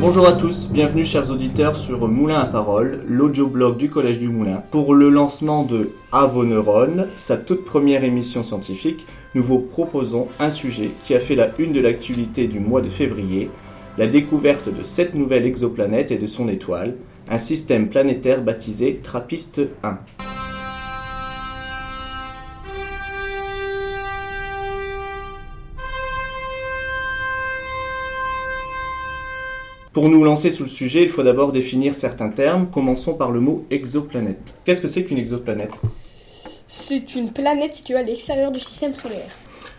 Bonjour à tous, bienvenue chers auditeurs sur Moulin à Parole, l'audioblog du Collège du Moulin. Pour le lancement de À vos neurones, sa toute première émission scientifique, nous vous proposons un sujet qui a fait la une de l'actualité du mois de février, la découverte de cette nouvelle exoplanète et de son étoile, un système planétaire baptisé Trappist 1. Pour nous lancer sous le sujet, il faut d'abord définir certains termes. Commençons par le mot exoplanète. Qu'est-ce que c'est qu'une exoplanète C'est une planète située à l'extérieur du système solaire.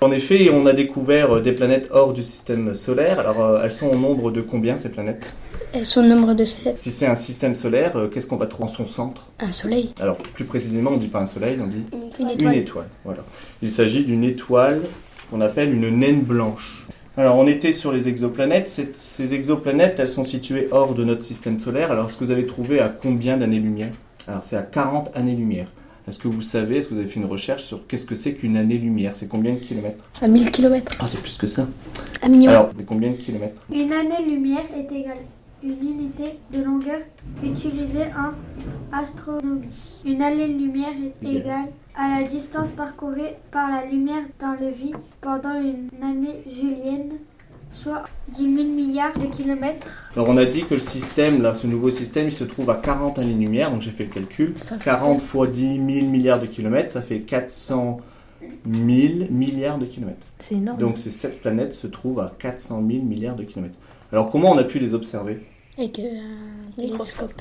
En effet, on a découvert euh, des planètes hors du système solaire. Alors, euh, elles sont au nombre de combien ces planètes Elles sont au nombre de 7. Si c'est un système solaire, euh, qu'est-ce qu'on va trouver en son centre Un soleil. Alors, plus précisément, on ne dit pas un soleil, on dit Une Une étoile. étoile. Une étoile, voilà. Il s'agit d'une étoile qu'on appelle une naine blanche. Alors, on était sur les exoplanètes. Ces, ces exoplanètes, elles sont situées hors de notre système solaire. Alors, est-ce que vous avez trouvé à combien d'années-lumière Alors, c'est à 40 années-lumière. Est-ce que vous savez, est-ce que vous avez fait une recherche sur qu'est-ce que c'est qu'une année-lumière C'est combien de kilomètres À 1000 km. Ah, c'est plus que ça. Un million. Alors, c'est combien de kilomètres Une année-lumière est égale à une unité de longueur utilisée en astronomie. Une année-lumière est Bien. égale à la distance parcourue par la lumière dans le vide pendant une année julienne, soit 10 000 milliards de kilomètres. Alors, on a dit que le système, là, ce nouveau système, il se trouve à 40 années-lumière. Donc, j'ai fait le calcul. Ça fait- 40 fois 10 000 milliards de kilomètres, ça fait 400 000 milliards de kilomètres. C'est énorme. Donc ces sept planètes se trouvent à 400 000 milliards de kilomètres. Alors comment on a pu les observer Avec euh, un télescope.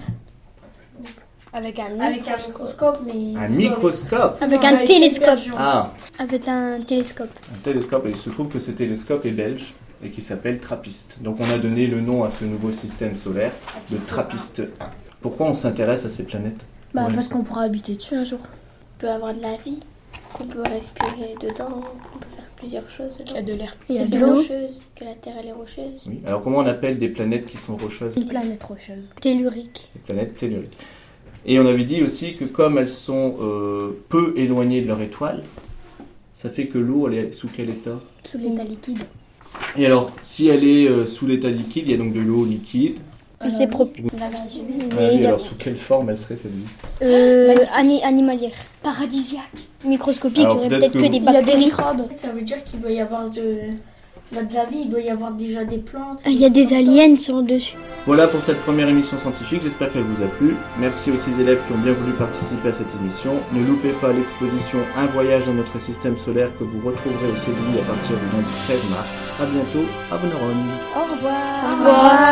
Avec un Avec un microscope. Ah, microscope, mais. Un microscope Avec Non, un bah, télescope. Ah, Avec un télescope. un télescope. Et il se trouve que ce télescope est belge et qui s'appelle TRAPPIST. Donc on a donné le nom à ce nouveau système solaire de TRAPPIST 1. Pourquoi on s'intéresse à ces planètes Bah, Ouais. parce qu'on pourra habiter dessus un jour. On peut avoir de la vie, qu'on peut respirer dedans, on peut faire plusieurs choses Il y a dedans. de l'air. Il y a C'est de l'eau. rocheuse, que la Terre elle est rocheuse. Oui. Alors comment on appelle des planètes qui sont rocheuses Une planète rocheuse. Tellurique. les planètes telluriques. Et on avait dit aussi que comme elles sont euh, peu éloignées de leur étoile, ça fait que l'eau, elle est sous quel état Sous l'état liquide. Et alors, si elle est euh, sous l'état liquide, il y a donc de l'eau liquide. Euh, C'est propre. La vie. Ah oui, Mais il y a- alors sous quelle forme elle serait cette vie Euh, ani- animalière. Paradisiaque. Microscopique, Alors, il y aurait peut-être peut-être que que vous- des Il y a des bactéries. microbes. Ça veut dire qu'il doit y avoir de, bah, de la vie, il doit y avoir déjà des plantes. Ah, Euh, Il y a des aliens sur le dessus. Voilà pour cette première émission scientifique, j'espère qu'elle vous a plu. Merci aux six élèves qui ont bien voulu participer à cette émission. Ne loupez pas l'exposition Un voyage dans notre système solaire que vous retrouverez au CDI à partir du lundi 13 mars. A bientôt, à vos neurones. Au revoir. revoir.